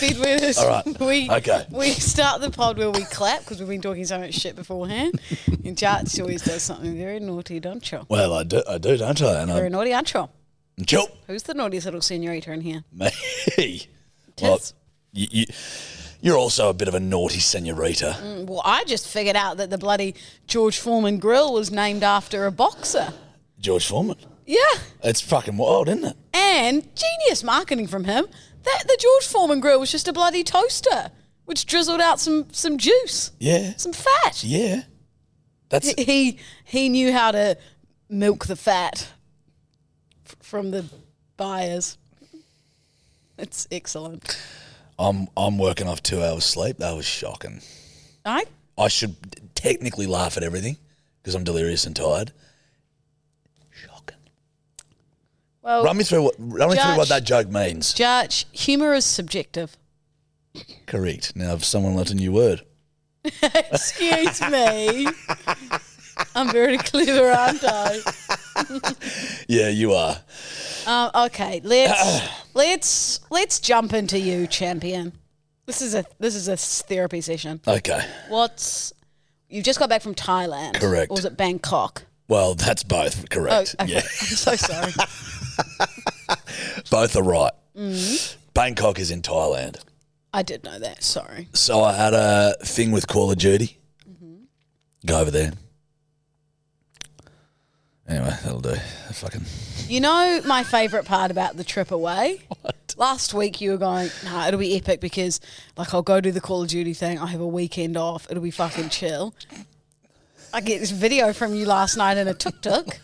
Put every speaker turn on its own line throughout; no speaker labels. Bid with us.
All right.
We,
Okay.
We start the pod where we clap because we've been talking so much shit beforehand. and Jarts always does something very naughty, don't you?
Well, I do, I do, don't I? And
Very
I'm
naughty, aren't you?
Joe,
Who's the naughtiest little senorita in here?
me.
Tis.
you, you, you're also a bit of a naughty senorita.
Mm, Well, I just figured out that the bloody George Foreman grill was named after a boxer.
George Foreman.
Yeah.
It's fucking wild, isn't it?
And genius marketing from him. That the George Foreman grill was just a bloody toaster, which drizzled out some some juice,
Yeah.
some fat.
Yeah. That's
He- he he knew how to milk the fat f- from the buyers. It's excellent.
I'm I'm working off two hours sleep. That was shocking.
I
I should technically laugh at everything because I'm delirious and tired. Shocking.
well,
Run me through what run me through
Oh, Judge.
what that joke means.
judge humor is subjective.
Correct. Now, if someone learnt a new word,
Excuse me. I'm very clever, aren't I?
yeah, you are.
Um, okay, let's let's let's jump into you, champion. This is a this is a therapy session.
Okay.
What's you just got back from Thailand?
Correct.
Or was it Bangkok?
Well, that's both correct.
Oh, okay.
Yeah.
I'm so sorry.
Both are right.
Mm-hmm.
Bangkok is in Thailand.
I did know that. Sorry.
So I had a thing with Call of Duty.
Mm-hmm.
Go over there. Anyway, that'll do. Fucking.
You know my favourite part about the trip away? Last week you were going, nah, it'll be epic because like I'll go do the Call of Duty thing, I'll have a weekend off, it'll be fucking chill. I get this video from you last night in a tuk tuk.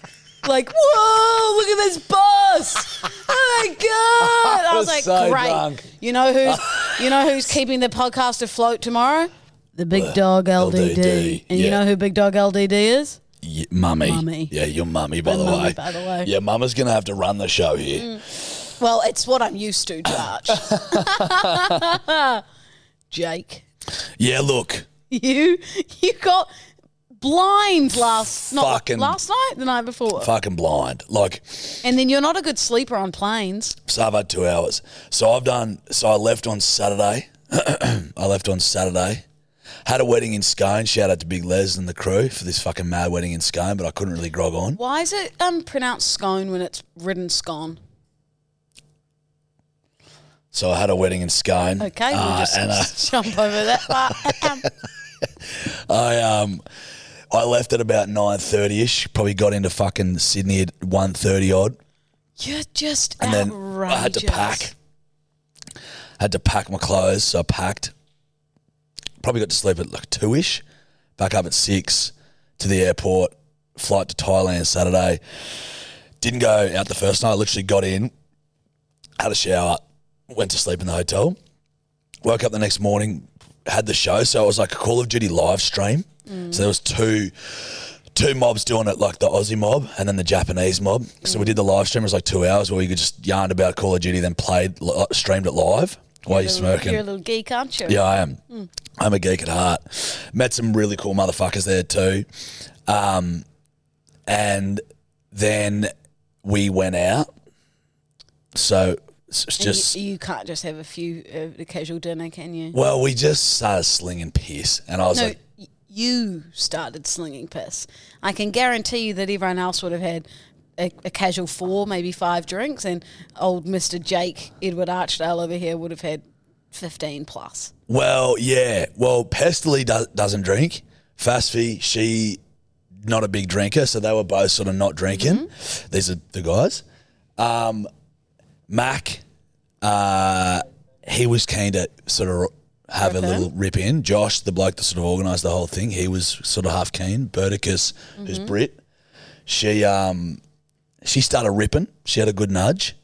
Like, whoa, look at this bus. Oh my god. I was,
was
like,
so
great.
drunk.
You know who's you know who's keeping the podcast afloat tomorrow? The
Uh,
big dog LDD.
LDD,
And you
yeah.
know who big dog LDD is?
Y- mummy.
Mummy.
Yeah, your mummy, by
My
the
mummy,
way.
by the way. Mm.
Yeah, mama's going to have to run the show here.
Well, it's what I'm used to, Judge. Jake,
Yeah, look.
you you got blind last not
Fucking-
last night, the night before,
Fucking blind. Like,
and then you're not a good sleeper on planes.
so I've had two hours. So I've done, so I left on Saturday. I left on Saturday. Had a wedding in Scone. Shout out to Big Les and the crew for this fucking mad wedding in Scone, but I couldn't really grog on.
Why is it um pronounced scone when it's written scone?
So I had a wedding in Scone.
Okay, we'll
Uh,
just
and I,
jump over that part. Um,
I um I left at about nine thirty ish. Probably got into fucking Sydney at one thirty odd,
you're just
and then
outrageous.
I had to pack. Had to pack my clothes, so I packed. Probably got to sleep at like two ish. Back up at six to the airport. Flight to Thailand Saturday. Didn't go out the first night. I literally got in, had a shower, went to sleep in the hotel. Woke up the next morning, had the show, so it was like a Call of Duty live stream. So there was two two mobs doing it, like the Aussie mob and then the Japanese mob. So we did the live stream. It was like two hours where we could just yarn about Call of Duty, then played li- streamed it live. Why are you smirking?
You're a little geek, aren't you?
Yeah, I am. I'm a geek at heart. Met some really cool motherfuckers there too. Um, and then we went out. So it's
And
just
you, you can't just have a few uh, a casual dinner, can you?
well, we just started slinging piss, and I was
no,
like,
y- you started slinging piss. I can guarantee you that everyone else would have had a, a casual four, maybe five drinks, and old Mister Jake Edward Archdale over here would have had fifteen plus.
Well, yeah. Well, Pestily do- doesn't drink. Fasfi, she not a big drinker, so they were both sort of not drinking. These are the guys. Um, Mac, uh, he was keen to sort of have a little rip in. Josh, the bloke that sort of organised the whole thing, he was sort of half keen. Burdicus, who's Brit, she um, she started ripping. She had a good nudge,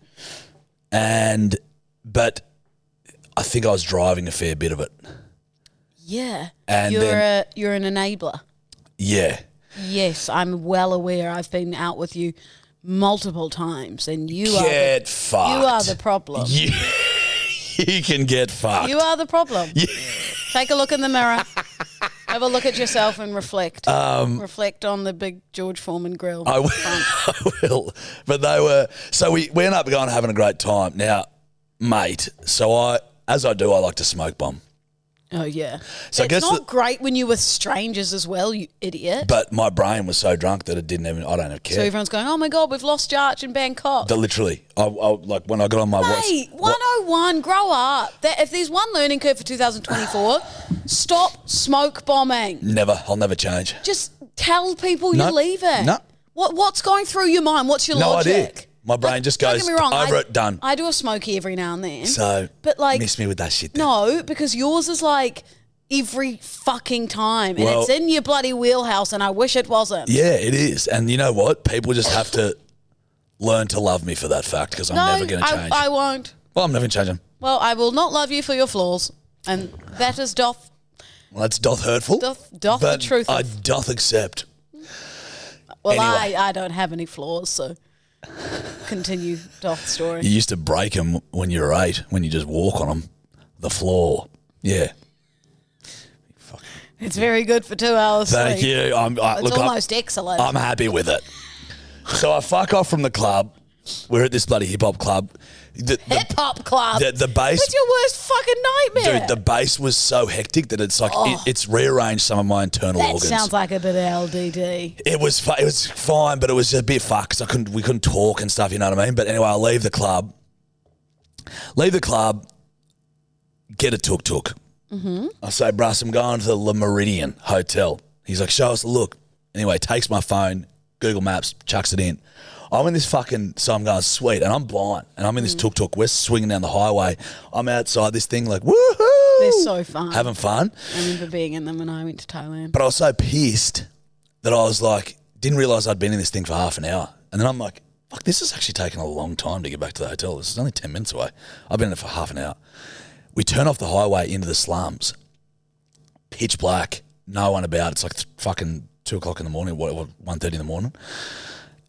and but I think I was driving a fair bit of it.
Yeah,
And
you're
then-
a, you're an enabler.
Yeah.
Yes, I'm well aware. I've been out with you multiple times, and you
get
are
fucked.
the, you are the problem.
You, you can get fucked.
You are the problem. Take a look in the mirror. Have a look at yourself and reflect. reflect on the big George Foreman grill.
Um, I will. I will. But they were. So we, we end up going and having a great time. Now, mate, so I, as I do, I like to smoke bomb.
oh yeah.
So I
it's
guess
not
the-
great when you're with strangers as well, you idiot.
But my brain was so drunk that it didn't even, I don't even care.
So everyone's going, "Oh my god, we've lost Jarch in Bangkok."
The- literally, I, I, like when I got on my watch.
Mate, 101, grow up. That, if there's one learning curve for 2024, stop smoke bombing.
Never, I'll never change.
Just tell people
No.
you're leaving.
No.
What what's going through your mind? What's your
No
logic?
idea. My brain just
don't
goes,
get me wrong,
over
I-
it, done.
I do a smoky every now and then.
So,
but like,
miss me with that shit. Then.
no, because yours is like every fucking time, and
Well-
it's in your bloody wheelhouse, and I wish it wasn't.
Yeah, it is. And you know what? People just have to learn to love me for that fact because I'm
no,
never going to
I,
change.
I won't.
well, I'm never changing.
Well, I will not love you for your flaws, and that is doth.
Well, that's doth hurtful.
Doth- doth the
but
truth
I
of-
doth accept.
Well,
Anyway.
I I don't have any flaws, so continue doth story.
You used to break them when you were eight, when you just walk on them, the floor. Yeah.
It's very good for two hours.
Thank
sleep.
you. I'm, I,
It's
look, I'm-
almost excellent.
I'm happy with it. So I fuck off from the club. We're at this bloody hip hop club. The, the-
Hip hop club.
the- the bass-
It's your worst fucking nightmare.
dude, the bass was so hectic that it's like it, it's rearranged some of my internal
Oh. that
organs.
sounds like a bit of LDD.
It was fu- it was fine, but it was a bit fucked. 'cause I couldn't we couldn't talk and stuff. You know what I mean? But anyway, I leave the club. Leave the club. Get a tuk tuk.
Mm-hmm.
I say, Bruss, I'm going to the Le Meridian Hotel. He's like, show us the look. Anyway, takes my phone, Google Maps, chucks it in. I'm in this fucking, so I'm going, sweet, and I'm blind, and I'm in
Mm.
this tuk tuk. We're swinging down the highway. I'm outside this thing, like, woohoo!
They're so fun.
Having fun.
I remember being in them when I went to Thailand.
But I was so pissed that I was like, didn't realize I'd been in this thing for half an hour. And then I'm like, fuck, this is actually taking a long time to get back to the hotel. This is only 10 minutes away. I've been in it for half an hour. We turn off the highway into the slums. Pitch black, no one about. It's like th- fucking two o'clock in the morning, what, what, 1.30 in the morning.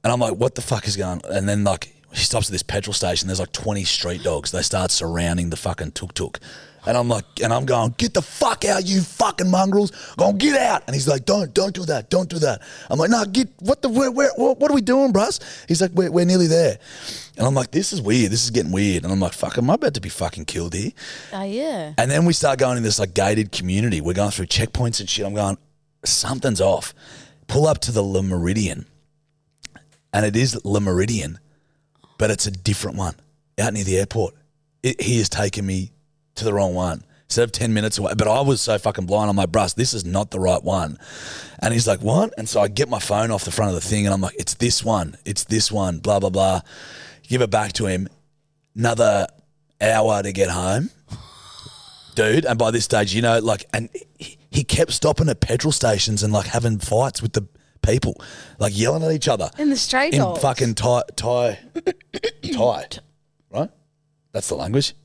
And I'm like, what the fuck is going on? And then like, he stops at this petrol station. There's like 20 street dogs. They start surrounding the fucking tuk-tuk. And I'm like, and I'm going, get the fuck out, you fucking mongrels. Go get out. And he's like, don't, don't do that. Don't do that. I'm like, no, get, what the, where, where, what, what are we doing, bros? He's like, we're, we're nearly there. And I'm like, this is weird. This is getting weird. And I'm like, fuck, am I about to be fucking killed here?
Oh yeah.
And then we start going in this like gated community. We're going through checkpoints and shit. I'm going, something's off. Pull up to the Le Meridian. And it is Le Meridian, but it's a different one out near the airport. It, he has taken me to the wrong one. Instead of 10 minutes away, but I was so fucking blind. I'm like, bruh, this is not the right one. And he's like, what? And so I get my phone off the front of the thing and I'm like, it's this one. It's this one. Blah, blah, blah. Give it back to him. Another hour to get home dude. And by this stage, you know, like, and he- he kept stopping at petrol stations and like having fights with the people, like yelling at each other
In the straight
in
dogs.
fucking Thai, Thai, Thai, right? That's the language,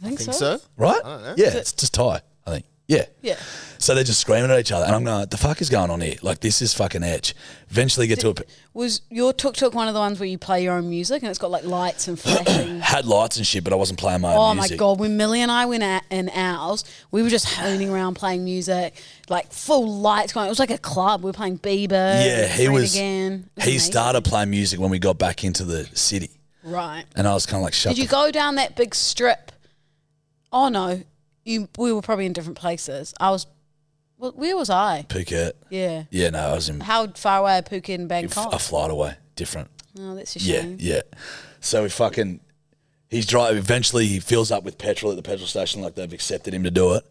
I think,
Think so?
right?
I don't know.
Yeah, it's just Thai, I think. Yeah.
Yeah.
So they're just screaming at each other, and I'm going, "The fuck is going on here? Like, this is fucking edge." Eventually, get to a
Was your tuk tuk one of the ones where you play your own music and it's got like lights and flashing?
had lights and shit, but I wasn't playing my own
Oh
music.
my god! When Millie and I went out in ours, we were just honing around playing music, like full lights going. It was like a club. We were playing Bieber.
Yeah, he
Fred
was.
Again. It was
he
amazing.
started playing music when we got back into the city,
Right.
and I was kind of like, "Shut
Did you
the
go down that big strip? Oh no, you. We were probably in different places. I was. Well, where was I?
Phuket."
Yeah.
Yeah, no, I was in
How far away are Phuket and
f-
Bangkok?
a flight away. Different.
Oh, that's a
Yeah,
shame.
yeah. So we fucking he's driving. Eventually, he fills up with petrol at the petrol station, like they've accepted him to do it.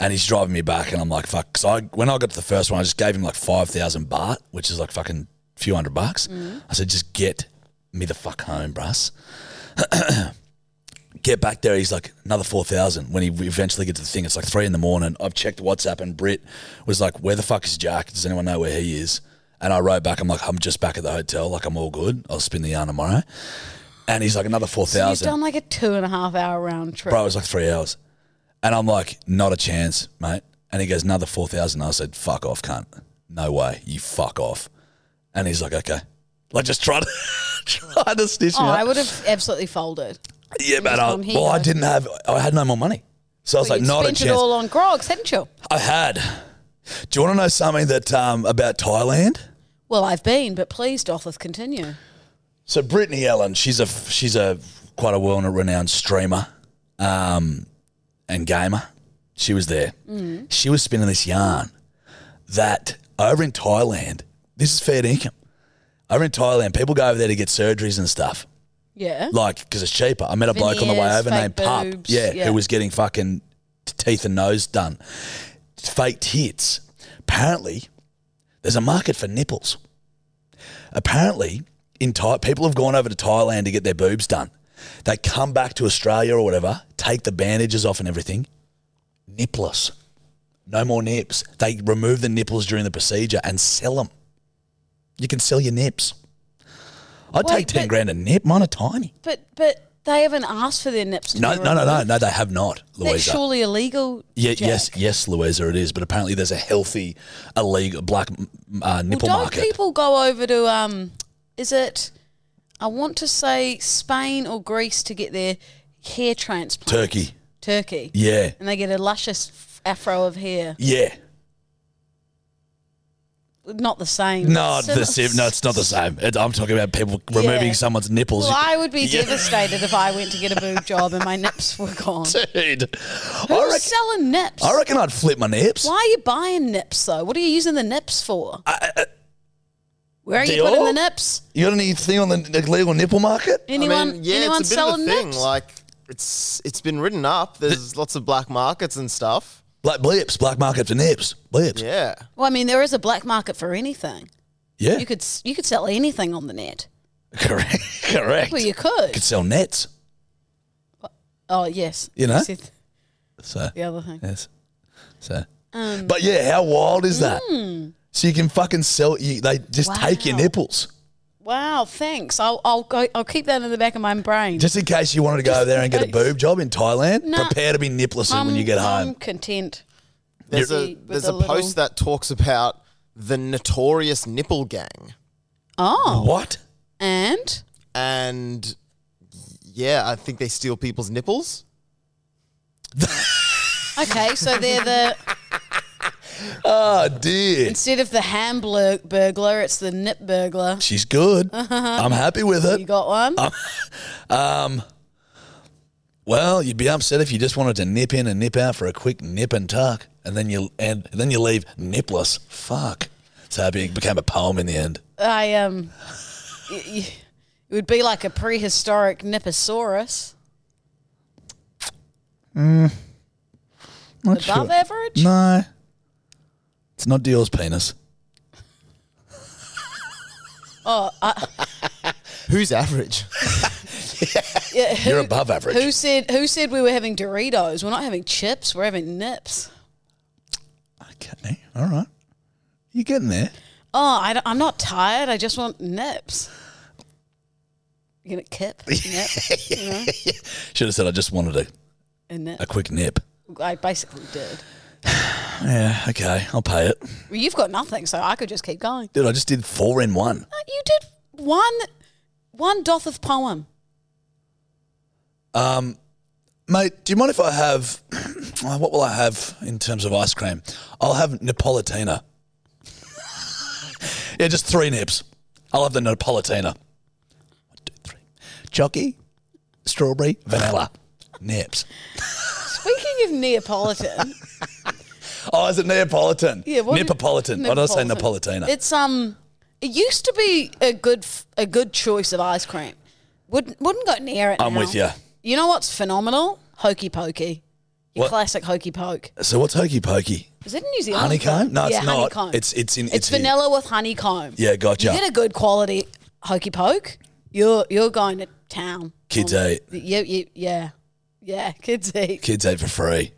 And he's driving me back, and I'm like, fuck. So I, when I got to the first one, I just gave him like five thousand baht, which is like fucking few hundred bucks.
Mm.
I said, just get me the fuck home, bruss. get back there. He's like another four thousand. When he eventually gets to the thing, it's like three in the morning. I've checked WhatsApp, and Brit was like, "Where the fuck is Jack? Does anyone know where he is?" And I wrote back, I'm like, "I'm just back at the hotel. Like I'm all good. I'll spin the yarn tomorrow." And he's like, "Another four
So you've
thousand.
done like a two and a half hour round trip.
Bro, it was like three hours. And I'm like, not a chance, mate. And he goes, another 4,000. I said, fuck off, cunt. No way. You fuck off. And he's like, okay. Like, just try to, try to snitch
oh,
me up.
I would have absolutely folded.
yeah, man. I,
told him, "Here you
well, I
go."
didn't have, I had no more money. So I was
But
like,
you'd
not a
spent
chance.
it all on grogs, hadn't you?
I had. Do you want to know something that um, about Thailand?
Well, I've been, but please, Dothith, continue.
So Brittany Ellen, she's a she's a quite a well renowned streamer, um, and gamer. She was there.
Mm.
She was spinning this yarn that over in Thailand, this is fair income. Over in Thailand, people go over there to get surgeries and stuff,
Yeah.
like because it's cheaper. I met a bloke on the way
Veneers,
over
fake
named Pup,
boobs,
yeah,
yeah.
who was getting fucking t- teeth and nose done, fake tits. Apparently, there's a market for nipples apparently in Thai, people have gone over to Thailand to get their boobs done. They come back to Australia or whatever, take the bandages off and everything, nipless. No more nips. They remove the nipples during the procedure and sell them. You can sell your nips. I'd
Wait,
take 10
but-
grand a nip. Mine are tiny.
but but they haven't asked for their nips. To be
No, no, no, no,
removed.
no, they have not,
That's
Louisa.
surely illegal.
Ye-
Jack.
yes, yes, Louisa, it is. But apparently there's a healthy, illegal black uh,
Well,
nipple
don't
market.
people go over to um? Is it? I want to say Spain or Greece to get their hair transplant.
Turkey.
Turkey.
Yeah.
And they get a luscious f- afro of hair.
Yeah.
Not the same.
No,
Sim-
the same. No, it's not the same. It, I'm talking about people removing
Yeah.
someone's nipples.
Well, I would be
Yeah.
devastated if I went to get a boob job and my nips were gone.
Dude, I
Who's
reckon,
selling nips?
I reckon I'd flip my nips.
Why are you buying nips though? What are you using the nips for?
I, I,
Where are you
Dior?
putting the nips?
you got anything on the the legal nipple market?
Anyone?
I mean, yeah,
anyone
it's a bit
selling
of a thing.
nips?
Like it's it's been written up. There's lots of black markets and stuff.
Black blips, black market for nips, blips. Yeah.
Yeah,
well, I mean, there is a black market for anything.
yeah.
You could s- you could sell anything on the net.
correct. Correct.
Well,
you
you could.
could sell nets.
Oh yes.
You know?
said
So
the other thing.
yes. So.
Um,
but yeah, how wild is that? So you can fucking sell. You they just take your
Hmm. Wow.
nipples
Wow. Thanks. I'll I'll go. I'll keep that in the back of my brain.
just in case you wanted to go over there and get a
in case. Um,
boob job in Thailand.
Nah.
Prepare to be nippless when you get home.
I'm content.
there's
You're-
a
With
there's
a
a,
little-
post that talks about the notorious nipple gang,
Oh,
What?
and
and yeah, I think they steal people's nipples.
okay, so they're the
Oh dear.
instead of the ham blur- burglar, it's the nip burglar.
She's good. I'm happy with
Uh-huh. You
it.
got one?
Uh.
Um, well, you'd be upset if you just wanted to nip in and nip out for a quick nip and tuck, and then you and then you leave nipless. Fuck. So it be- became a poem in the end.
I um, y- y- it would be like a prehistoric Niposaurus.
Mm. Not
Above average?
No, it's not Dior's penis.
Oh,
Who's average?
Yeah, who,
You're above average.
who said who said we were having Doritos? We're not having chips. We're having nips.
okay, all right. You're getting there.
Oh, I am not tired. I just want nips. You gonna kip? Nip? you know?
Should have said I just wanted a,
A nip.
a quick nip.
I basically did.
Yeah, okay, I'll pay it.
Well, you've got nothing, so I could just keep going.
Dude, I just did four in one.
No, You did one one Dothith poem.
Um, mate, do you mind if I have what will I have in terms of ice cream? I'll have Napolitana. yeah, just three nips. I'll have the Napolitana. One, two, three. Chocky, strawberry, vanilla. Nips.
Speaking of Neapolitan,
Oh, is it Neapolitan?
yeah, what
Neapolitan. Why did I say Napolitana?
It's um, It used to be a good f- a good choice of ice cream. Wouldn't wouldn't go near it.
I'm
now.
with ya.
You know what's phenomenal? Hokey pokey. Your
What?
classic hokey poke. So
what's hokey pokey?
Is it in New Zealand?
Honeycomb? No,
yeah,
it's not.
Honeycomb.
It's it's in
It's,
here.
vanilla with honeycomb.
Yeah, gotcha.
You get a good quality hokey poke. You're you're going to town.
Kids
On-
eat.
You, you, yeah, yeah. Kids eat.
Kids ate for free.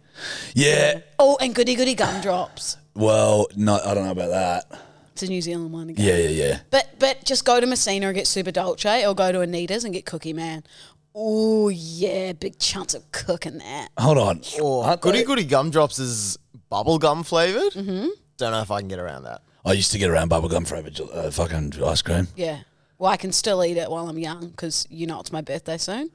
Yeah.
Oh, and goody goody gumdrops.
Well, no, I don't know about that.
It's a New Zealand one again.
Yeah, yeah, yeah.
But but just go to Messina and get Super Dolce, or go to Anita's and get Cookie Man. Oh yeah, big chunks of cook in that.
Hold on.
Oh,
Or
Aren't
goody
they-
goody gumdrops is bubblegum flavored. Mm-hmm. Don't know if I can get around that.
I used to get around bubblegum for a uh, fucking ice cream.
Yeah. Well, I can still eat it while I'm young because you know it's my birthday soon.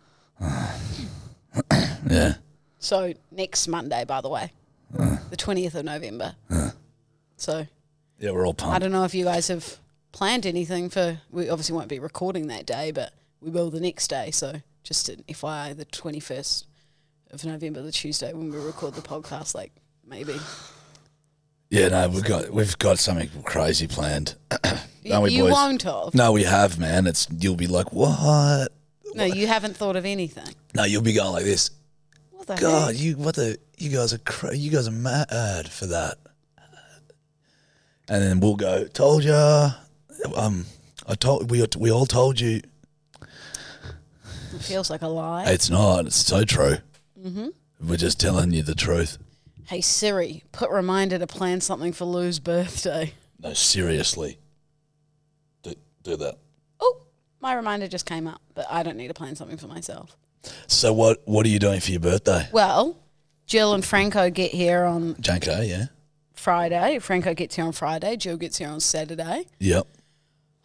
Yeah.
So next Monday, by the way, the twentieth of November. So
Yeah, we're all
I
pumped.
don't know if you guys have planned anything for. We obviously won't be recording that day, but we will the next day. So just an FYI, the twenty first of November, the Tuesday when we record the podcast, like maybe.
Yeah, no, we've got we've got something crazy planned.
you
Don't we,
you
boys?
won't have.
No, we have, man. It's you'll be like, what?
No, you haven't thought of anything.
No, you'll be going like this.
What the
God,
heck?
you what the you guys are cra- you guys are mad for that. And then we'll go. Told ya. Um, I told we we all told you.
It feels like a lie.
It's not. It's so true.
Mm-hmm.
We're just telling you the truth.
Hey Siri, put reminder to plan something for Lou's birthday.
No, seriously. Do, do that.
Oh, my reminder just came up, but I don't need to plan something for myself.
So what what are you doing for your birthday?
Well, Jill and Franco get here on
Janko, yeah.
Friday. Franco gets here on Friday. Jill gets here on Saturday.
Yep.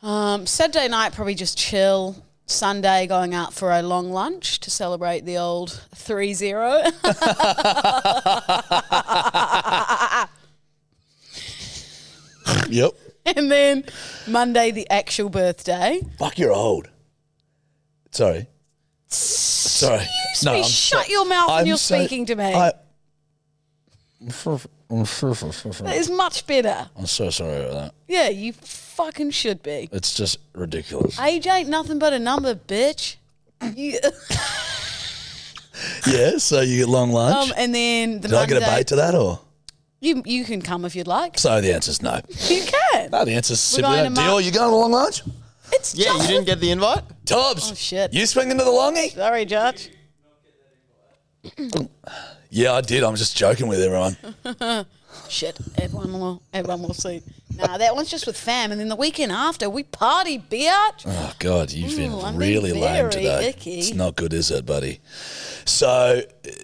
Um, Saturday night, probably just chill. Sunday, going out for a long lunch to celebrate the old 3 0.
Yep.
and then Monday, the actual birthday.
Fuck, you're old. Sorry. Sorry.
Excuse me, shut your mouth when you're speaking to me.
I'm so, I'm so, so, so, so-
That is much better.
I'm so sorry about that.
Yeah, you fucking should be.
It's just ridiculous.
Age ain't nothing but a number, bitch. You,
yeah, so you get long lunch.
um, and then the
Did I
Monday,
get a bait to that or?
you you can come if you'd like.
So the answer's no.
You can.
No, the answer's simply
going
no.
to Mar-
Deal, you going to long lunch?
It's
Yeah, you
just-
didn't get the invite.
Tubbs.
Oh, shit.
You swinging to the longie?
Sorry, Judge.
Yeah, I did. I'm just joking with everyone.
Shit, everyone will everyone will see. Nah, that one's just with fam, and then the weekend after we party, bitch.
Oh God, you've been
Ooh, I'm being
really lame
very
today.
icky.
It's not good, is it, buddy? So,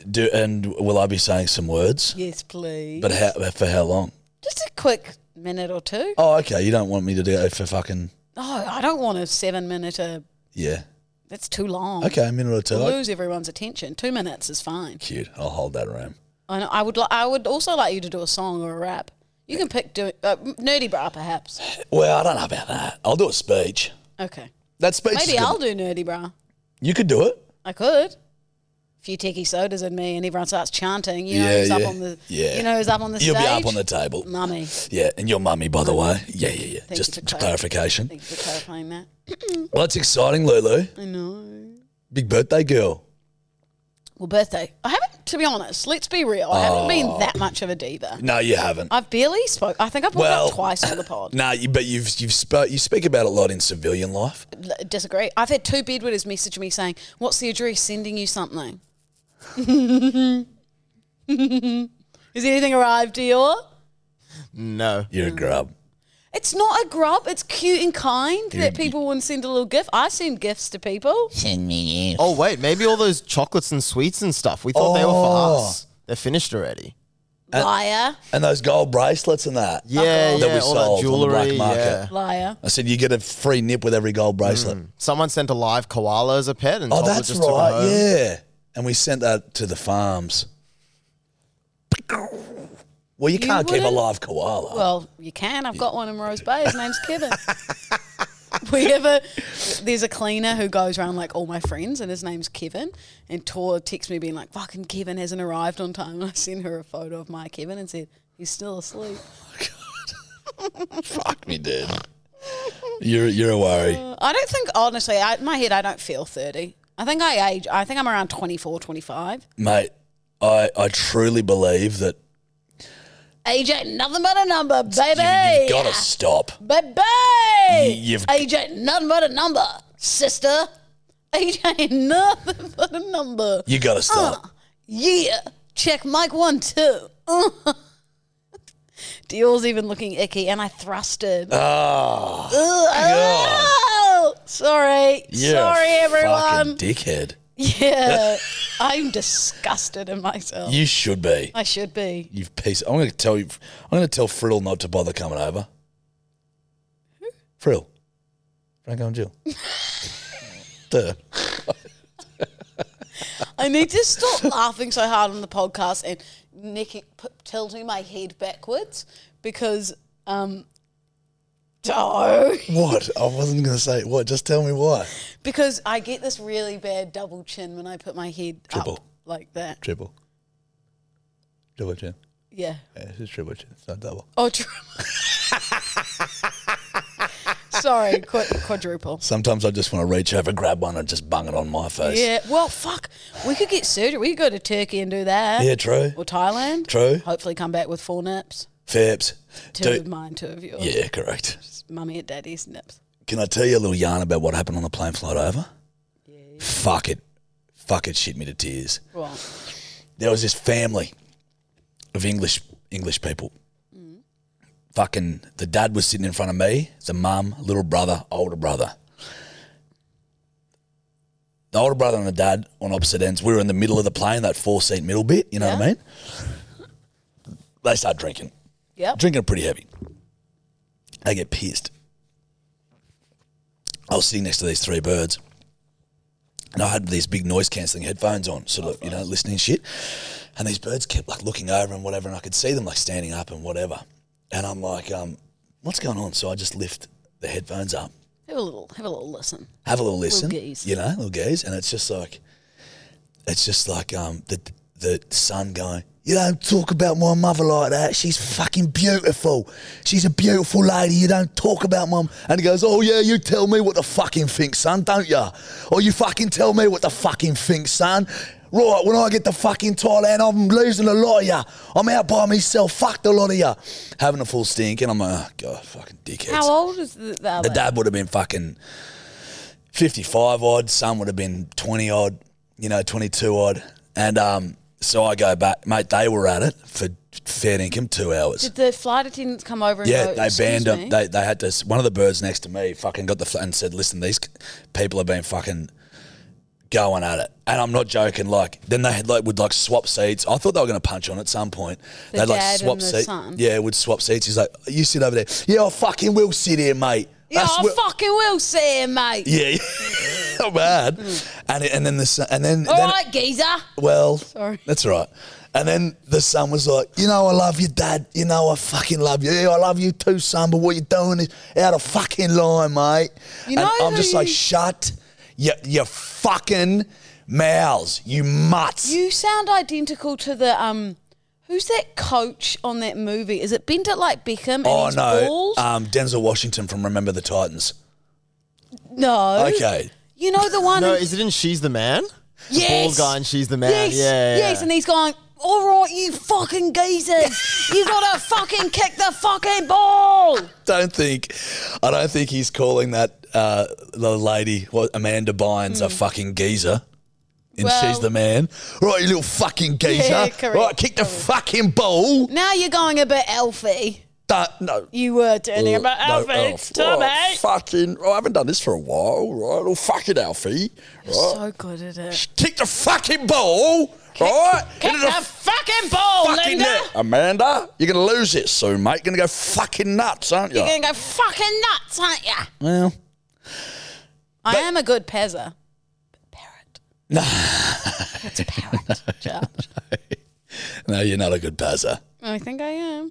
do and will I be saying some words?
Yes, please.
But how, for how long?
just a quick minute or two. Oh,
Oh, okay. You don't want me to do it for fucking
I don't want a seven minute. Uh,
yeah.
that's too long.
Okay, a minute or 2
Oh. We'll
I-
lose everyone's attention. Two minutes is fine.
cute. I'll hold that around.
I, know, I would. Li- I would also like you to do a song or a rap. You can pick do uh, nerdy bra perhaps.
Well, I don't know about that. I'll do a speech.
Okay,
That speech. is
maybe
good.
I'll do nerdy bra.
You could do it.
I could. A few techie sodas in me, and everyone starts chanting. You know
Yeah,
who's up
yeah,
on the.
yeah.
You know who's up on the
You'll
stage.
be up on the table.
Mummy,
Yeah, and your mummy, by the way. Yeah, yeah, yeah.
Thank
Just
you for clar-
clarification.
thank you for clarifying that.
Well, that's exciting, Lulu.
I know.
Big birthday girl.
Well, birthday. I haven't, to be honest. Let's be real. I haven't been
Oh.
that much of a diva.
No, you haven't.
I've barely spoke. I think I brought it
Well,
up twice on the pod.
No, you, but you've you've sp- you speak about it a lot in civilian life.
L- disagree. I've had two bedwetters message me saying, "What's the address? Sending you something." Has anything arrived, Dior? Mm.
No.
You're a grub.
It's not a grub. It's cute and kind
You're-
that people wouldn't send a little gift. I send gifts to people.
Oh wait, maybe all those chocolates and sweets and stuff. We thought they were for
Oh.
us. They're finished already.
Uh,
Liar,
And those gold bracelets and that.
Yeah,
That we
yeah, all that
sold on the black
jewelry.
market.
yeah.
liar.
I said you get a free nip with every gold bracelet.
Mm.
Someone sent a live koala as a pet, and
Oh,
Tobler
that's
just took it
right.
home.
Yeah, and we sent that to the farms. Well, you, can't keep a
wouldn't-
live koala.
Well, you can. I've got one in Rose Bay. His name's Kevin. we have a there's a cleaner who goes around like all my friends, and his name's Kevin. And Tor texts me being like, "Fucking Kevin hasn't arrived on time." And I sent her a photo of my Kevin and said, "He's still asleep."
Fuck me, dude. You're you're a worry.
I don't think, honestly, I, in my head, I don't feel 30. I think I age, I think I'm around 24, 25.
Mate, I, I truly believe that
Age ain't nothing but a number,
you,
baby.
have got to stop.
Baby!
You- you've-
Age ain't nothing but a number, sister. Age ain't nothing but a number.
You got to stop.
Yeah. Check mic one, two. Dior's even looking icky, and I thrusted.
Oh,
Ugh, oh, sorry.
you're
sorry,
a
everyone.
fucking dickhead.
yeah. I'm disgusted in myself.
You should be.
I should be.
You've piece. I'm going to tell you. I'm going to tell Frill not to bother coming over. Frill, Franco and Jill. Duh.
I need to stop laughing so hard on the podcast and nicking, p- tilting my head backwards because, um, no,
What? I wasn't going to say what. Just tell me why.
because I get this really bad double chin when I put my head
Triple.
up like that.
Triple. Triple chin.
Yeah.
Yeah, it's just triple chin. It's not double.
Oh, tri- sorry, quad- quadruple.
Sometimes I just want to reach over, grab one, and just bung it on my face.
Yeah. Well, fuck. We could get surgery. We could go to Turkey and do that.
Yeah, true.
Or Thailand.
True.
Hopefully, come back with four nips.
Fabs.
Two of mine, two of yours.
Yeah, correct.
Mummy and daddy's nips.
Can I tell you a little yarn about what happened on the plane flight over? Fuck it. Fuck it shit me to tears.
Well,
There was this family of English English people. Fucking the dad was sitting in front of me, the mum, little brother, older brother. The older brother and the dad on opposite ends. We were in the middle of the plane, that four seat middle bit, you know what
Yeah.
I mean? They start drinking.
yep.
drinking pretty heavy. They get pissed. I was sitting next to these three birds, and I had these big noise cancelling headphones on, sort of, you know, listening shit. And these birds kept like looking over and whatever, and I could see them like standing up and whatever. And I'm like, um, what's going on? So I just lift the headphones up,
Have a little, have a little listen.
have a little listen,
gaze.
you know, little gaze, and it's just like, it's just like um, the the son going, you don't talk about my mother like that. She's fucking beautiful. She's a beautiful lady. You don't talk about mum. And he goes, oh yeah, you tell me what the fucking think, son, don't ya? Or you fucking tell me what the fucking think, son. Right, when I get to fucking Thailand, I'm losing a lot of ya. I'm out by myself. Fucked a lot of ya. Having a full stink, and I'm like, oh, God, fucking dickheads.
How old is the, the
The dad would have been fucking 55 odd, son would have been 20 odd, you know, 22 odd. And um, so I go back, mate, they were at it for fair income, two hours.
Did the flight attendants come over? And
Yeah,
go,
they
"Excuse
banned
me?"
them. They, they had to, one of the birds next to me fucking got the, fl- and said, listen, these c- people have been fucking going at it. And I'm not joking. Like, then they had like, would like swap seats. I thought they were going to punch on at some point.
The
They'd
dad
like
and
swap
the
seats.
son.
Yeah, would swap seats. He's like, you sit over there. Yeah, I fucking will sit here, mate.
yeah,
That's
I
where-
fucking will see him, mate.
yeah, yeah. not bad. And it- and then the son, and then,
All
then
right, geezer.
well,
Sorry.
that's all right. And then the son was like, you know, I love you, dad. You know, I fucking love you. Yeah, I love you too, son. But what you're doing is out of fucking line, mate.
You
and
know
I'm just
who
like,
you-
shut your your fucking mouths, you mutts.
You sound identical to the um. Who's that coach on that movie? Is it Bend It Like Beckham? And
oh
he's
no,
bald?
um, Denzel Washington from Remember the Titans.
no.
Okay,
You know the one.
No,
who-
is it in She's the Man?
yes.
Bald guy and She's the Man.
Yes.
Yeah, yeah,
Yes,
yeah.
and he's going. All right, you fucking geezers. you gotta fucking kick the fucking ball.
don't think I don't think he's calling that uh, the lady what Amanda Bynes a fucking geezer. And
Hmm. Well-
she's the man. Right, you little fucking geezer.
Yeah, correct,
right, kick the fucking ball.
Now you're going a bit elfy.
Don't- no.
You were turning
Uh,
about
no, oh,
elfy.
Alf.
Tommy.
Right, fucking, oh, I haven't done this for a while, right? Oh, fuck it, Alfie. Right?
so good at it.
kick the fucking ball, right?
Kick
Into the
the fucking ball,
fucking
Linda.
net. Amanda, you're going to lose it soon, mate. You're going to go fucking nuts, aren't you?
You're gonna go fucking nuts, aren't ya?
well,
I am a good pezzer. Parrot. No. It's a parrot, Josh.
no, you're not a good passer.
I think I am.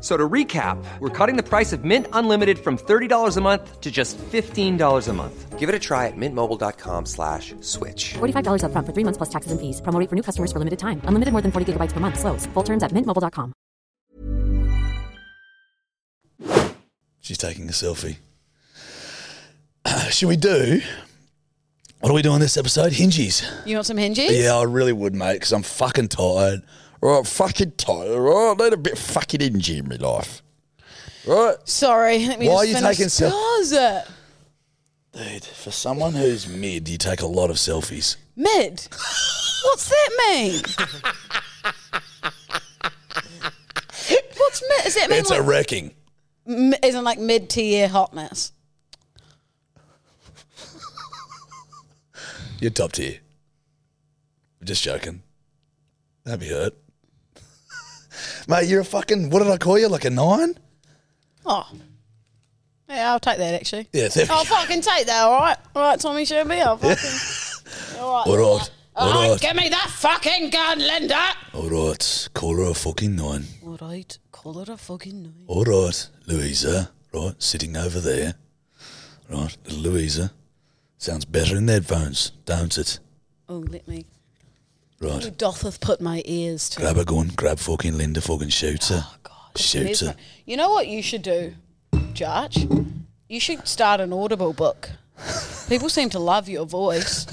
So to recap, we're cutting the price of Mint Unlimited from $30 a month to just $15 a month. Give it a try at mintmobile.com slash switch.
$45 upfront for three months plus taxes and fees. Promo rate for new customers for limited time. Unlimited more than 40 gigabytes per month. Slows. Full terms at mintmobile.com.
She's taking a selfie. Should we do? What are we doing this episode? Hinges.
You want some hinges?
Yeah, I really would, mate, because I'm fucking tired. Right, fucking tired. Right, I need a bit of fucking energy in my life. Right,
Sorry. Let me just
Why are you
finish.
taking self-
Does it?
dude. For someone who's mid, you take a lot of selfies.
Mid. What's that mean? What's mid? Does that mean
It's
like,
a wrecking.
m- isn't like mid tier hotness?
You're top tier. I'm just joking. That'd be hurt. Mate, you're a fucking, what did I call you? Like a nine?
Oh. Yeah, I'll take that actually.
Yeah, there we
I'll
go.
fucking take that, alright? Alright, Tommy Shelby, I'll fucking. alright.
All right. All
Alright,
right.
give me that fucking gun, Linda!
All right. Call her a fucking nine.
Alright, call it a fucking night.
All right, Louisa, right, sitting over there. Right, little Louisa. Sounds better in the headphones, don't it?
Oh, let me. Who
Right.
dotheth put my ears to?
Grab a gun, grab fucking Linda, fucking shoot her.
Oh, God.
Shoot her.
You know what you should do, Judge? You should start an audible book. People seem to love your voice.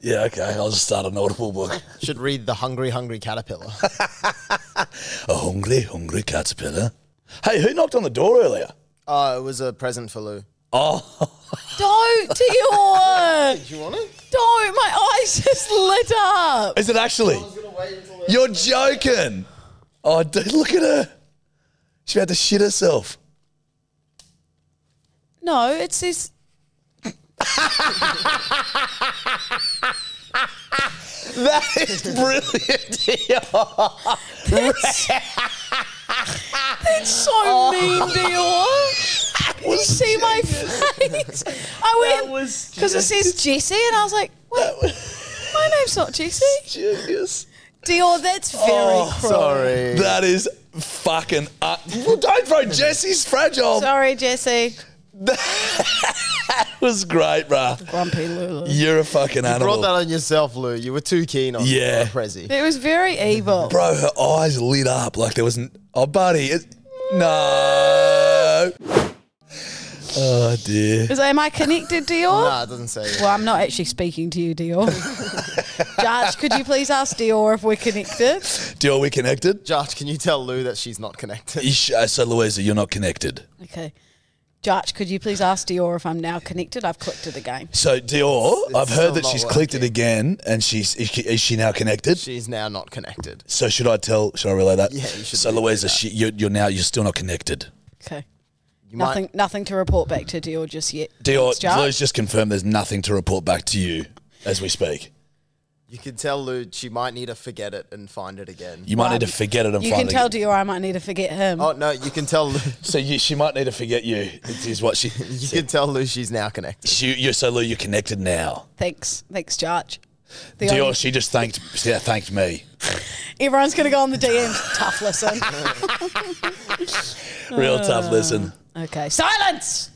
Yeah, okay, I'll just start an audible book.
Should read The Hungry, Hungry Caterpillar.
A hungry, hungry caterpillar. Hey, who knocked on the door earlier?
oh, it was a present for Lou.
Oh,
Don't, Dion!
Do you want it?
Don't! My eyes just lit up!
is it actually? You're joking. Oh, dude, look at her. She had to shit herself.
No, it says
That is brilliant.
so mean, Dior. Can you see my face? I went because it says Jesse, and I was like, "Wait, my name's not Jesse."
Genius.
Dior, that's very cruel.
Sorry.
That is fucking. Uh, well, don't throw Jesse's fragile.
Sorry, Jesse.
That was great, bruh.
Grumpy Lulu.
You're a fucking
You brought
animal,
that on yourself, Lou. You were too keen on
Yeah.
the Prezi.
It was very evil.
bro. Her eyes lit up like there was. N- oh, buddy, it- no. Oh dear.
Is am I connected, Dior?
Nah, it doesn't say
Well, I'm not actually speaking to you, Dior. Josh, could you please ask Dior if we're connected?
Deal, we connected?
Josh, can you tell Lou that she's not connected?
You sh- uh, So, Louisa, you're not connected.
Okay. Josh, could you please ask Dior if I'm now connected? I've clicked it again.
So, Dior,
It's
I've
still
heard that
not
she's clicked it
working.
again, and she's is she, is she now connected?
She's now not connected.
so, should I tell? Should I relay that?
Yeah, you should
So,
relay
Louisa, she, you're, you're now you're still not connected.
Okay.
You
Nothing,
might
nothing to report back to Dior just yet.
Dior,
Thanks, Josh.
Lou's just confirmed there's nothing to report back to you as we speak.
You can tell Lou she might need to forget it and find it again.
You might
Well,
need to forget it and
You
find
can
it
tell
again.
Dior I might need to forget him.
Oh no, you can tell Lou,
So you, she might need to forget you. Is is what she.
you can tell Lou she's now connected.
she you're so Lou. You're connected now.
Thanks, thanks, Judge. The
Dior,
only-
she just thanked. She thanked me.
Everyone's gonna go on the DMs. Tough listen.
Real
Ah.
tough. Listen.
Okay, silence.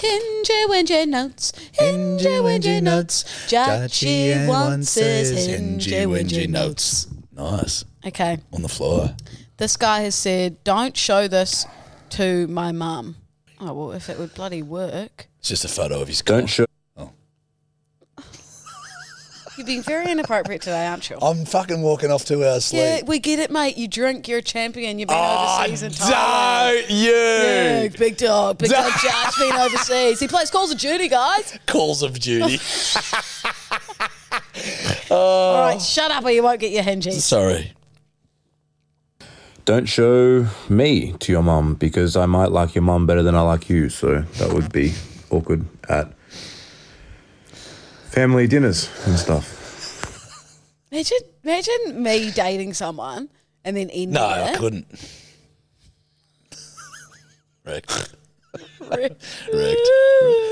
Hinge winge notes, hinge winge notes. Judgy wants his hinge winge notes.
Nice
Okay,
on the floor.
this guy has said, "Don't show this to my mum." Oh well, if it would bloody work.
It's just a photo of his. Don't show.
You're being very inappropriate today, aren't you?
I'm fucking walking off two hours sleep.
Yeah, we get it, mate. You drink, you're a champion. You've been
Oh,
overseas in Thailand.
don't you?
Yeah, big dog, big dog Josh being overseas. He plays Calls of Duty, guys.
Calls of duty. Oh.
All right, shut up or you won't get your hinges.
Sorry.
Don't show me to your mum because I might like your mum better than I like you. So that would be awkward at family dinners and stuff.
Imagine, imagine me dating someone and then ending
No,
it.
I couldn't. Wrecked.
Wrecked.
Wrecked.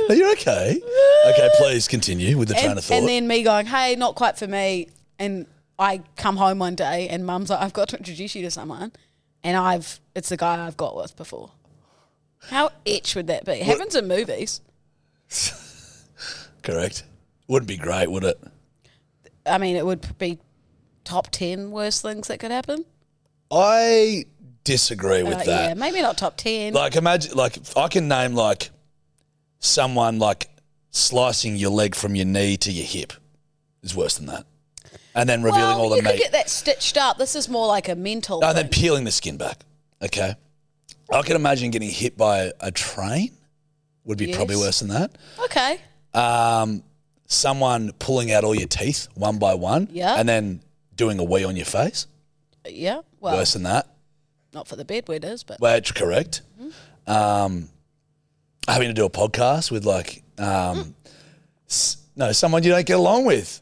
No, you're okay. Okay, please continue with the train
And,
of thought.
and then me going, hey, not quite for me. And I come home one day and mum's like, I've got to introduce you to someone. And I've, it's the guy I've got with before. How itch would that be? It happens in movies.
Correct. Wouldn't be great, would it?
I mean, it would be top 10 worst things that could happen.
I disagree with
Uh,
that.
Yeah, maybe not top 10.
Like imagine like I can name like someone like slicing your leg from your knee to your hip is worse than that. And then revealing
well,
all the
you
meat.
could get that stitched up. This is more like a mental.
No, and then
thing.
peeling the skin back. Okay. I can imagine getting hit by a, a train would be probably
Yes.
worse than that.
okay.
Um, someone pulling out all your teeth one by one
Yeah.
and then doing a wee on your face.
Yeah. Well,
worse than that.
not for the bedwetters, but
Well, it's correct.
Mm-hmm.
Um, having to do a podcast with like,
Mm.
um, s- no, someone you don't get along with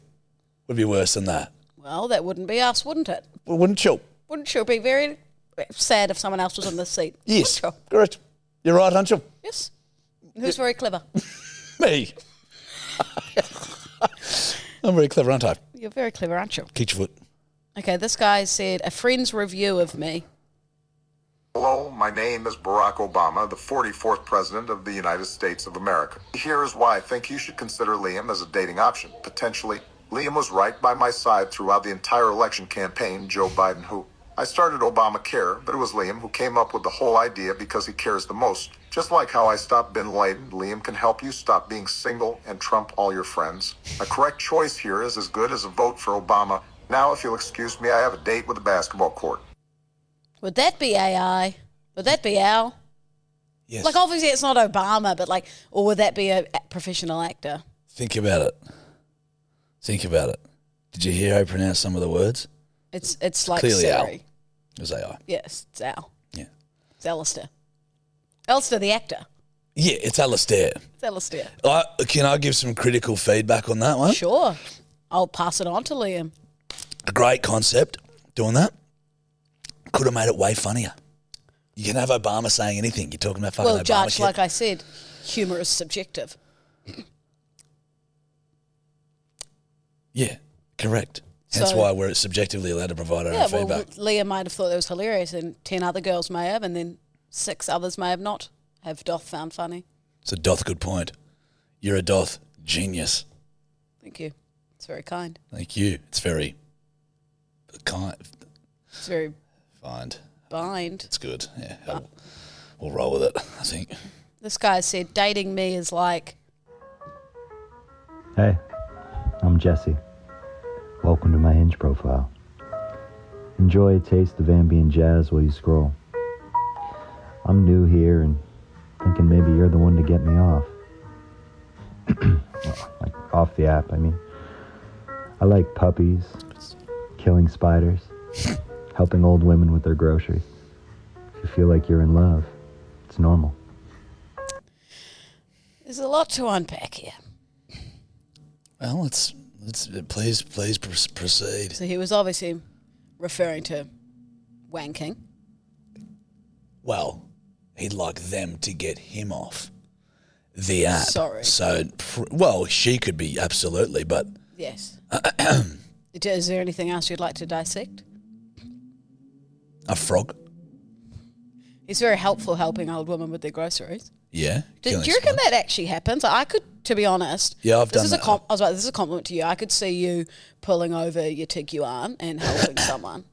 would be worse than that.
well, that wouldn't be us, wouldn't it?
Well, wouldn't you?
Wouldn't you be very sad if someone else was on this seat?
Yes.
Wouldn't you?
Correct. You're right, aren't you?
Yes. Who's very clever?
Me. I'm very clever, aren't I?
You're very clever, aren't you?
Kick your foot.
Okay, this guy said a friend's review of me.
Hello, my name is Barack Obama, the 44th President of the United States of America. Here is why I think you should consider Liam as a dating option, potentially. Liam was right by my side throughout the entire election campaign, Joe Biden, who. I started Obamacare, but it was Liam who came up with the whole idea because he cares the most. Just like how I stopped bin Laden, Liam can help you stop being single and trump all your friends. A correct choice here is as good as a vote for Obama. Now, if you'll excuse me, I have a date with a basketball court.
Would that be AI? Would that be Al?
Yes.
Like, obviously, it's not Obama, but like, or would that be a a professional actor?
Think about it. Think about it. Did you hear her pronounce some of the words?
It's it's like
clearly Al.
Siri.
It was AI.
Yes, it's Al.
Yeah.
It's Alistair. Alistair, the actor.
Yeah, it's Alistair.
It's Alistair.
I, can I give some critical feedback on that one?
Sure. I'll pass it on to Liam.
a great concept doing that. Could have made it way funnier. You can have Obama saying anything. You're talking about fucking
well,
Obama.
Judge,
kid.
like uh, I said, humour is subjective.
yeah, correct. That's
So-
why we're subjectively allowed to provide our
yeah,
own
well,
feedback.
Liam might have thought that was hilarious, and 10 other girls may have, and then six others may have not have Doth found funny.
It's a doth good point. You're a doth genius.
Thank you. It's very kind.
Thank you. It's very kind.
It's very
Find
bind.
it's good. Yeah, I'll- we'll roll with it. I think.
This guy said, dating me is like,
Hey, I'm Jesse. Welcome to my Hinge profile. Enjoy a taste of ambient jazz while you scroll. I'm new here and thinking maybe you're the one to get me off. like off the app, I mean. I like puppies, killing spiders, helping old women with their groceries. If you feel like you're in love, it's normal.
there's a lot to unpack here.
Well, it's It's, please, please pr- proceed.
So he was obviously referring to wanking.
Well, he'd like them to get him off the app.
Sorry.
So, pr- well, she could be absolutely, but
Yes. Is there anything else you'd like to dissect?
a frog.
It's very helpful helping old women with their groceries.
Yeah.
Do,
killing
do you reckon
someone.
that actually happens? I could, to be honest.
Yeah, I've
this
done
is
that.
A com- I was like, this is a compliment to you. I could see you pulling over your tiguan and helping someone.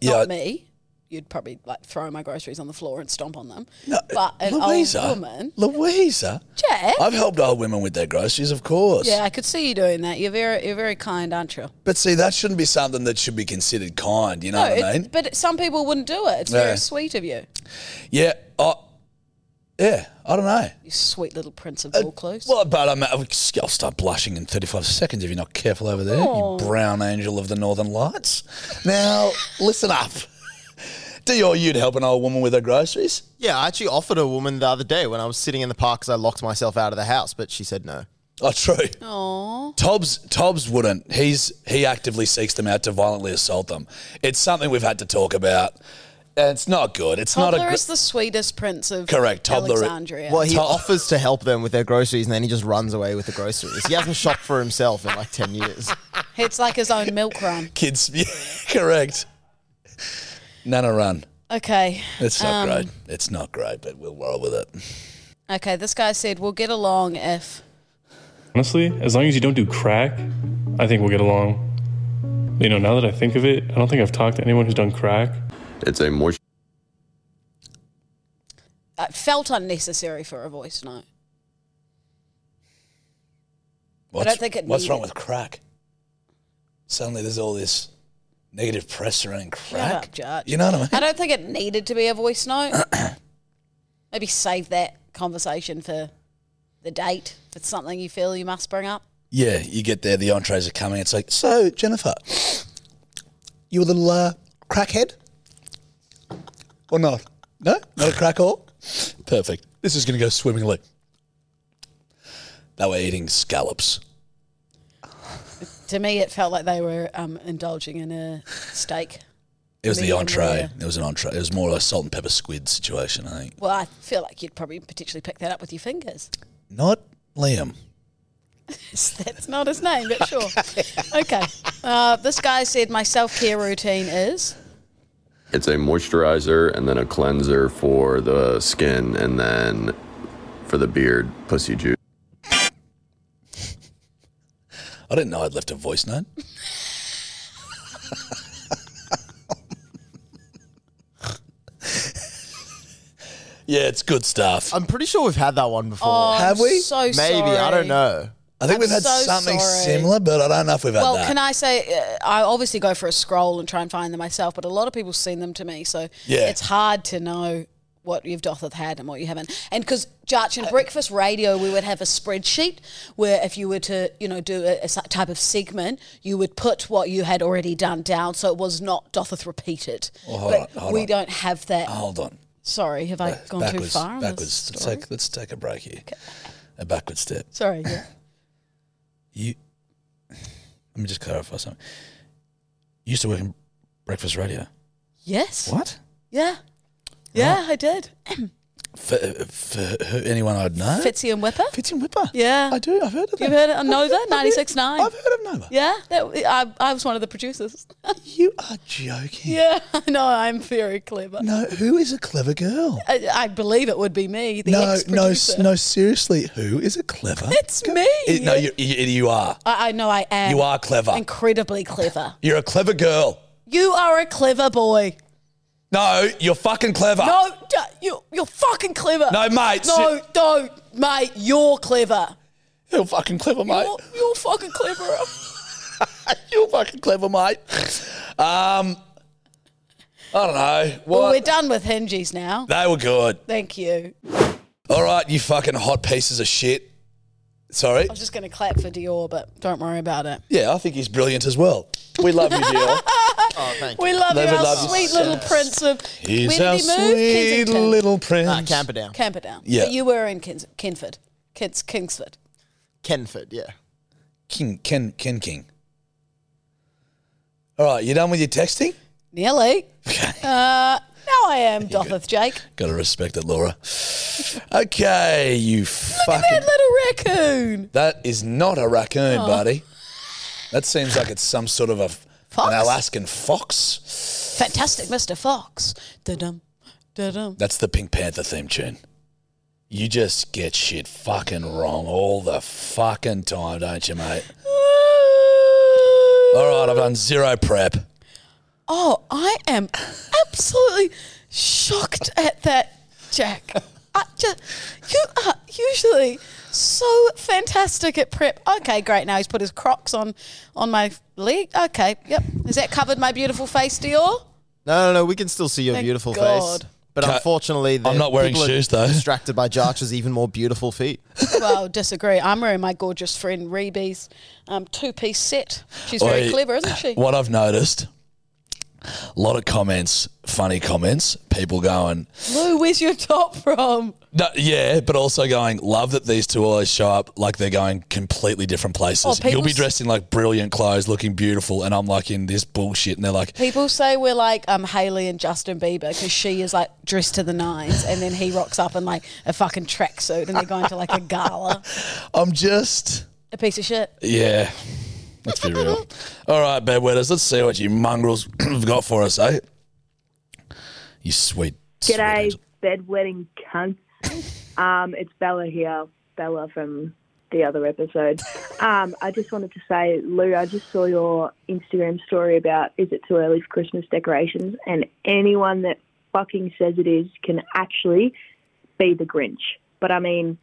Yeah, I-
Not me. You'd probably like throw my groceries on the floor and stomp on them. but an
Louisa,
old woman,
Louisa.
Jack.
I've helped old women with their groceries, of course.
Yeah, I could see you doing that. You're very, you're very kind, aren't you?
But see, that shouldn't be something that should be considered kind. You know
no,
what I
it's-
mean?
but some people wouldn't do it. It's
Yeah.
very sweet of you.
Yeah. I, yeah. I don't know.
You sweet little prince of Vaucluse.
Uh, Well, but I'm, I'll start blushing in 35 seconds if you're not careful over there,
Aw.
you brown angel of the Northern Lights. Now, listen up. Do your you'd help an old woman with her groceries?
Yeah, I actually offered a woman the other day when I was sitting in the park because I locked myself out of the house, but she said no.
Oh, true.
Aw.
Tobs Tobs wouldn't. He's he actively seeks them out to violently assault them. It's something we've had to talk about. And it's not good. It's not a
Toddler
gr-
is the sweetest prince of
Correct, Toddler-
Alexandria.
Well, he
To-
offers to help them with their groceries and then he just runs away with the groceries. He hasn't shopped for himself in like 10 years.
It's like his own milk run.
kids. Yeah, correct. Nana run.
Okay.
It's not
Um,
great. It's not great, but we'll roll with it.
Okay, this guy said we'll get along if
Honestly, as long as you don't do crack, I think we'll get along. You know, now that I think of it, I don't think I've talked to anyone who's done crack.
It's a moist.
uh, felt unnecessary for a voice note.
What's,
think it
what's wrong
needed-
with crack? Suddenly, there's all this negative press around
Shut
crack.
up, Judge.
You know what I mean?
I don't think it needed to be a voice note. Maybe save that conversation for the date. If it's something you feel you must bring up.
Yeah, you get there, the entrees are coming. It's like, so Jennifer, you a little uh, crackhead or not? No, not a crackhole. Perfect. This is going to go swimmingly. They were eating scallops.
To me, it felt like they were um, indulging in a steak.
It was the
Medium
entree.
rare.
It was an entree. It was more like a salt and pepper squid situation. I think
Well, I feel like you'd probably potentially pick that up with your fingers.
not Liam.
That's not his name, but sure. Okay. Uh, this guy said my self care routine is.
It's a moisturizer and then a cleanser for the skin and then for the beard, pussy juice.
I didn't know I'd left a voice note. yeah, it's good stuff.
I'm pretty sure we've had that one before.
Oh,
Have
I'm
we?
So
Maybe, I don't know.
I think
I'm
we've had
so
something
sorry.
similar, but I don't know if we've had
Well,
that.
can I say uh, I obviously go for a scroll and try and find them myself, but a lot of people send them to me, so
Yeah.
it's hard to know what you've doth have had and what you haven't. And because Jarch and Breakfast Radio, we would have a spreadsheet where if you were to, you know, do a, a s- type of segment, you would put what you had already done down, so it was not dotheth repeated.
Oh, hold
but
on, hold
we
on.
don't have that.
Hold on.
Sorry, have I
Back-
gone
backwards,
too far? on this
backwards. Let's
story?
take, let's take a break here. A backward step.
Sorry, yeah.
You. Let me just clarify something. You used to work in breakfast radio.
yes.
What?
Yeah. Yeah, I did.
For, for who, anyone I'd know?
Fitzy and Whipper.
Fitz and Whipper.
Yeah.
I do. I've heard of
You've heard
them.
of Nova
I've heard-
96.9?
I've heard of Nova.
Yeah, that, I, I was one of the producers.
You are joking.
yeah, I know, I'm very clever.
No, who is a clever girl?
I, I believe it would be me, the
no, no, s-
ex-producer.
no. Seriously, who is a clever?
It's me.
It- no, you, you, you are.
I, I know I am.
You are clever.
Incredibly clever.
You're a clever girl.
You are a clever boy.
No, you're fucking clever.
No, d- you, you're fucking clever.
Ah. No, mate,
No,
si-
no, mate, you're clever.
You're fucking clever, mate.
You're, you're fucking clever.
You're fucking clever, mate. Um, I don't know. What?
well, we're done with hinges now.
They were good.
Thank you.
All right, you fucking hot pieces of shit. Sorry.
I was just going to clap for Dior, but don't worry about it.
Yeah, I think he's brilliant as well. We love you, Dior.
Oh, thank you.
We love
They
you,
would
our
love you.
sweet little prince of.
He's
where did
our
he move?
sweet
Kensington.
little prince.
Ah, Camperdown.
Camperdown.
Yeah.
But you were in Kins- Kinford. Kins- Kingsford.
Kenford, yeah.
King Ken Ken King. All right, you done with your texting?
Nearly. Uh, now I am Dothith Jake.
Gotta respect it, Laura. Okay, you fucking.
That little raccoon.
That is not a raccoon,
Oh.
buddy. That seems like it's some sort of a an Alaskan fox.
Fantastic Mr. Fox. Da-dum, da-dum.
That's the Pink Panther theme tune. You just get shit fucking wrong all the fucking time, don't you, mate? All right, I've done zero prep.
Oh, I am absolutely shocked at that, Jack. I just, you are usually so fantastic at prep. Okay, great. Now he's put his Crocs on on my leg. Okay, yep. Has that covered my beautiful face, Dior?
No, no, no. We can still see your
Thank
beautiful
God.
face. But
Cut.
unfortunately, the
I'm not wearing
people are
shoes, though.
Distracted by Jarch's even more beautiful feet.
well, disagree. I'm wearing my gorgeous friend Reeby's um, two piece set. She's very
Oi,
clever, isn't she?
What I've noticed, a lot of comments, funny comments, people going,
Lou, where's your top from?
no, yeah, but also going, love that these two always show up like they're going completely different
Oh,
places.
people
You'll be
s-
dressed in like brilliant clothes, looking beautiful, and I'm like in this bullshit, and they're like,
People say we're like um, Haley and Justin Bieber because she is like dressed to the nines, and then he rocks up in like a fucking tracksuit, and they're going to like a gala.
I'm just
a piece of shit.
Yeah. Let's be real. All right, bad wetters, let's see what you mongrels have got for us, eh? You sweet.
G'day, bedwetting cunts. Um, it's Bella here, Bella from the other episode. Um, I just wanted to say, Lou, I just saw your Instagram story about is it too early for Christmas decorations, and anyone that fucking says it is can actually be the Grinch. But I mean,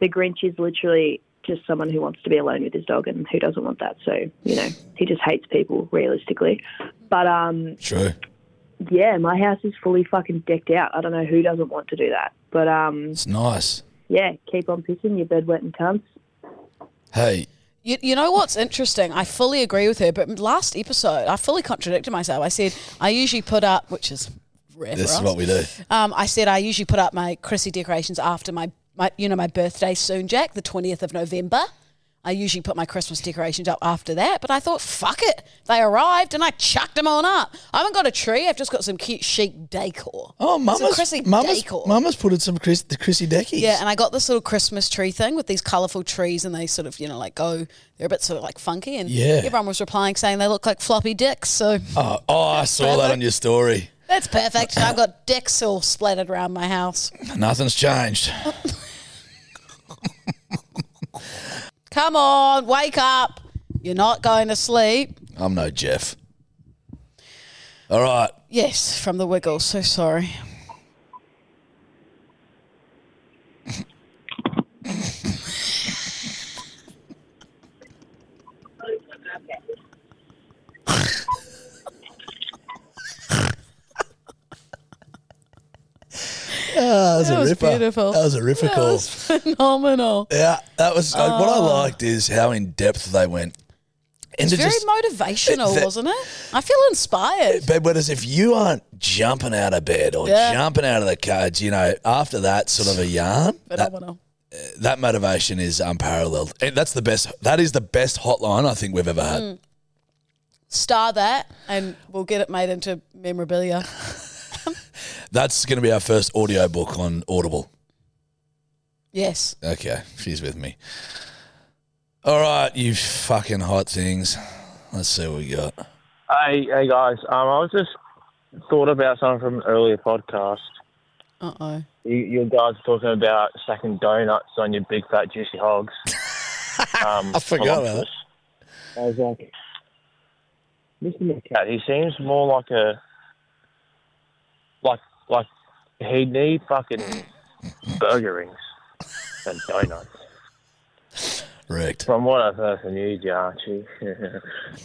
the Grinch is literally just someone who wants to be alone with his dog and who doesn't want that. So you know, he just hates people realistically. But um,
True.
yeah, my house is fully fucking decked out. I don't know who doesn't want to do that. But um
It's nice.
yeah, keep on pissing, you bed wet and cunts.
Hey,
You, you know what's interesting? I fully agree with her, but last episode I fully contradicted myself. I said I usually put up, which is rare
this
for
is
us.
what we do.
Um, I said I usually put up my Chrissy decorations after my, my you know, my birthday soon, Jack, the 20th of November. I usually put my Christmas decorations up after that, but I thought, fuck it. They arrived and I chucked them on up. I haven't got a tree. I've just got some cute chic decor.
Oh,
Some
mama's,
Chrissy
mama's,
decor.
mama's put in some Chris, the Chrissy Decky.
Yeah, um, and I got this little Christmas tree thing with these colourful trees, and they sort of, you know, like go, they're a bit sort of like funky. And
Yeah.
everyone was replying saying they look like floppy dicks. So
Oh, oh, I saw that on your story.
that's perfect. I've got dicks all splattered around my house.
Nothing's changed.
Come on, wake up. You're not going to sleep.
I'm no Jeff. All right.
Yes, from the Wiggles. So sorry.
Oh, that was
That
a
was
ripper.
beautiful.
That was a ripper
That
call.
was phenomenal.
Yeah, that was uh, what I
Oh.
liked is how in depth they went.
It's
they're
very
just-
motivational,
that-
wasn't it? I feel inspired.
bedwetters, if you aren't jumping out of bed or
Yeah.
jumping out of the cage, you know, after that sort of a yarn, that,
Phenomenal.
that motivation is unparalleled. And that's the best. That is the best hotline I think we've ever had.
Mm. Star that, and we'll get it made into memorabilia.
That's going to be our first audio book on Audible.
Yes.
Okay, she's with me. All right, you fucking hot things. Let's see what we got.
Hey, hey guys. Um, I was just thought about something from an earlier podcast.
Uh oh.
You, you guys were talking about sacking donuts on your big fat juicy hogs. um,
I forgot about
that. I was like, Mr. McCat, he seems more like a like like he need fucking burger rings and donuts.
Correct.
From what I've heard from you, Jarchi.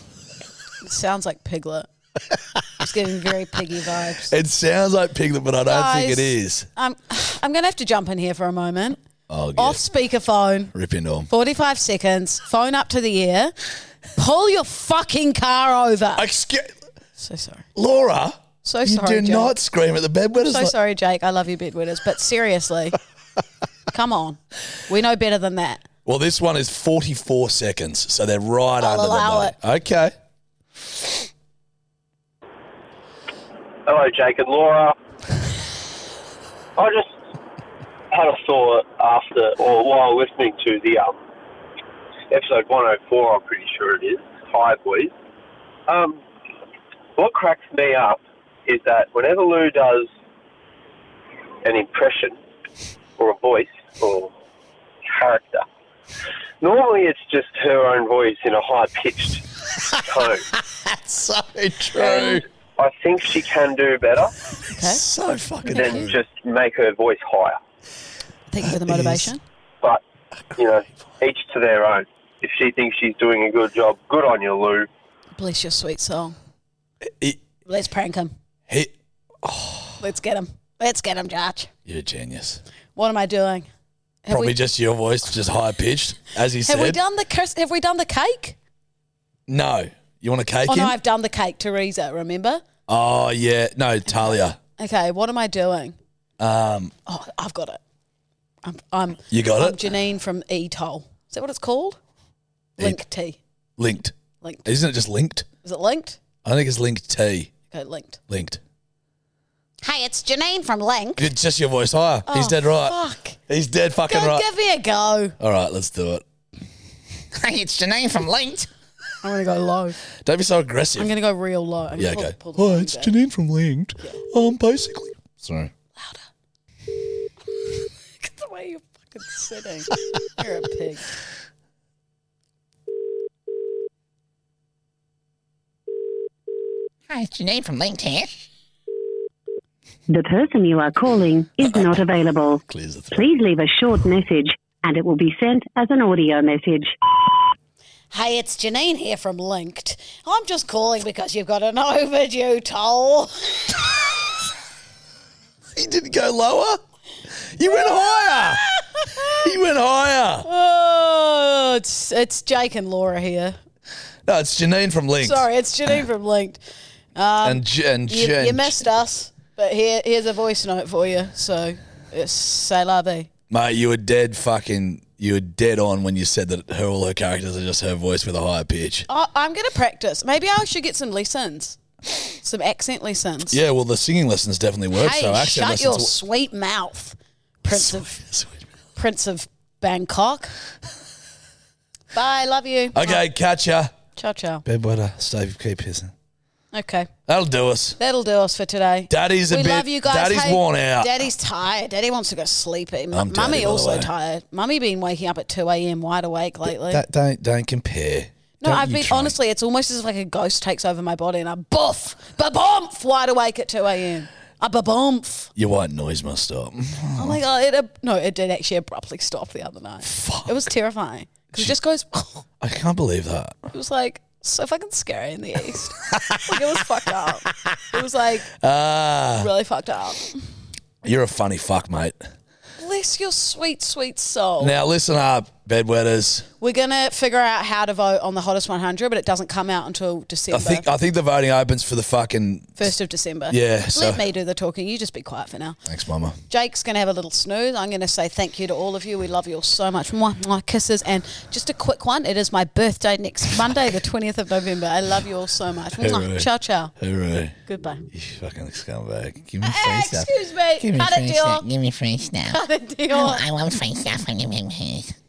It sounds like Piglet. It's getting very piggy vibes.
It sounds like Piglet, but I don't think
Guys.
it is.
I'm, I'm going to have to jump in here for a moment.
Oh,
Off speakerphone,
rip into 'em.
45 seconds, phone up to the ear, pull your fucking car over.
Excuse.
So sorry.
Laura,
So
you
sorry.
do
Jake.
not scream at the bedwetters.
So
like-
sorry, Jake. I love you, bedwetters, but seriously, come on. We know better than that.
Well, this one is 44 seconds, so they're right
I'll
under
allow
the money. Okay.
Hello, Jake and Laura. I just had a thought after, or while listening to the um, episode 104, I'm pretty sure it is, Hi Boys. Um, what cracks me up is that whenever Lou does an impression, or a voice, or character, normally it's just her own voice in a high pitched tone.
That's so true.
I think she can do better
So fucking
than just make her voice higher.
Thank you for the motivation.
But, you know, each to their own. If she thinks she's doing a good job, good on you, Lou.
Bless your sweet soul.
It-
Let's prank him.
He-
Let's get him. Let's get him, Josh.
You're a genius.
What am I doing? Have
Probably
we,
just your voice, just high pitched, as he
have
said.
we done the cris- have we done the cake?
no. You want a cake
oh
in?
no, I've done the cake, Teresa. Remember?
oh, yeah. No, Talia.
Okay, what am I doing?
Um,
Oh, I've got it. I'm. I'm
You got
I'm
it?
Janine from E Toll. Is that what it's called?
E-
Link T.
linked.
Linked.
Isn't it just linked?
Is it linked?
I think it's linked T.
Okay, linked.
Linked.
Hey, it's Janine from Link.
It's just your voice higher. He's
Oh,
dead right.
Fuck.
He's dead fucking
Go
right.
give me a go.
All right, let's do it.
Hey, it's Janine from Linked. I'm gonna go low.
Don't be so aggressive.
I'm gonna go real low. I'm
yeah,
gonna
okay.
pull- pull
Hi,
the
Oh, it's
phone back.
Janine from Linked. Um, basically. Sorry.
Look at the way you're fucking sitting. You're a pig.
Hi, it's Janine from LinkedIn.
The person you are calling is not available. Please leave a short message and it will be sent as an audio message.
Hey, it's Janine here from Linked. I'm just calling because you've got an overdue toll.
he didn't go lower. He went higher. He went higher.
Oh, it's it's Jake and Laura here.
No, it's Janine from Linked.
Sorry, it's Janine from Linked. Um,
And J- and
you,
Jen-
you missed us, but here here's a voice note for you. So it's say la vie.
Mate, you were dead fucking. You were dead on when you said that her all her characters are just her voice with a higher pitch.
I, I'm gonna practice. Maybe I should get some lessons, some accent lessons.
Yeah, well, the singing lessons definitely worked.
hey,
so accent
shut
lessons.
your
w-
sweet mouth, Prince of Prince of Bangkok. Bye, love you.
okay, catch ya.
Ciao, ciao.
Bed butter, stove, keep pissing.
Okay,
That'll do us.
that'll do us for today.
Daddy's a
we
bit-
love you guys.
Daddy's
Hey,
worn out.
Daddy's tired. Daddy wants to go sleep. Hey,
I'm
Mummy
daddy, by the
also
way.
tired. Mummy been waking up at two a.m. wide awake lately.
Don't- don't don't compare.
no,
Don't
I've
you
been
try.
honestly. It's almost as if like a ghost takes over my body, and I'm boof, babomph, wide awake at two a.m. A babomph.
Your white noise must stop.
Oh my god! It ab- no, it did actually abruptly stop the other night. It was terrifying because it just goes.
I can't believe that.
It was like so fucking scary in the east. like it was fucked up. It was like
Ah,
really fucked up.
you're a funny fuck, mate.
Bless your sweet, sweet soul.
Now listen up, bedwetters.
We're gonna figure out how to vote on the hottest 100, but it doesn't come out until
I
December.
think I think the voting opens for the fucking.
First of December.
Yeah,
Let
so-
me do the talking. You just be quiet for now.
Thanks, mama.
Jake's going to have a little snooze. I'm going to say thank you to all of you. We love you all so much. Mwah, mwah, kisses. And just a quick one. It is my birthday next Monday, the 20th of November. I love you all so much. Mwah.
Hooray.
Ciao, ciao.
Hooray!
Goodbye. Ah,
You fucking scumbag. Give me free stuff.
Excuse me.
Give me
Cut it,
free
Dior.
stuff. Give me free stuff.
Cut it, Dior.
I, I want free stuff. I give me free stuff.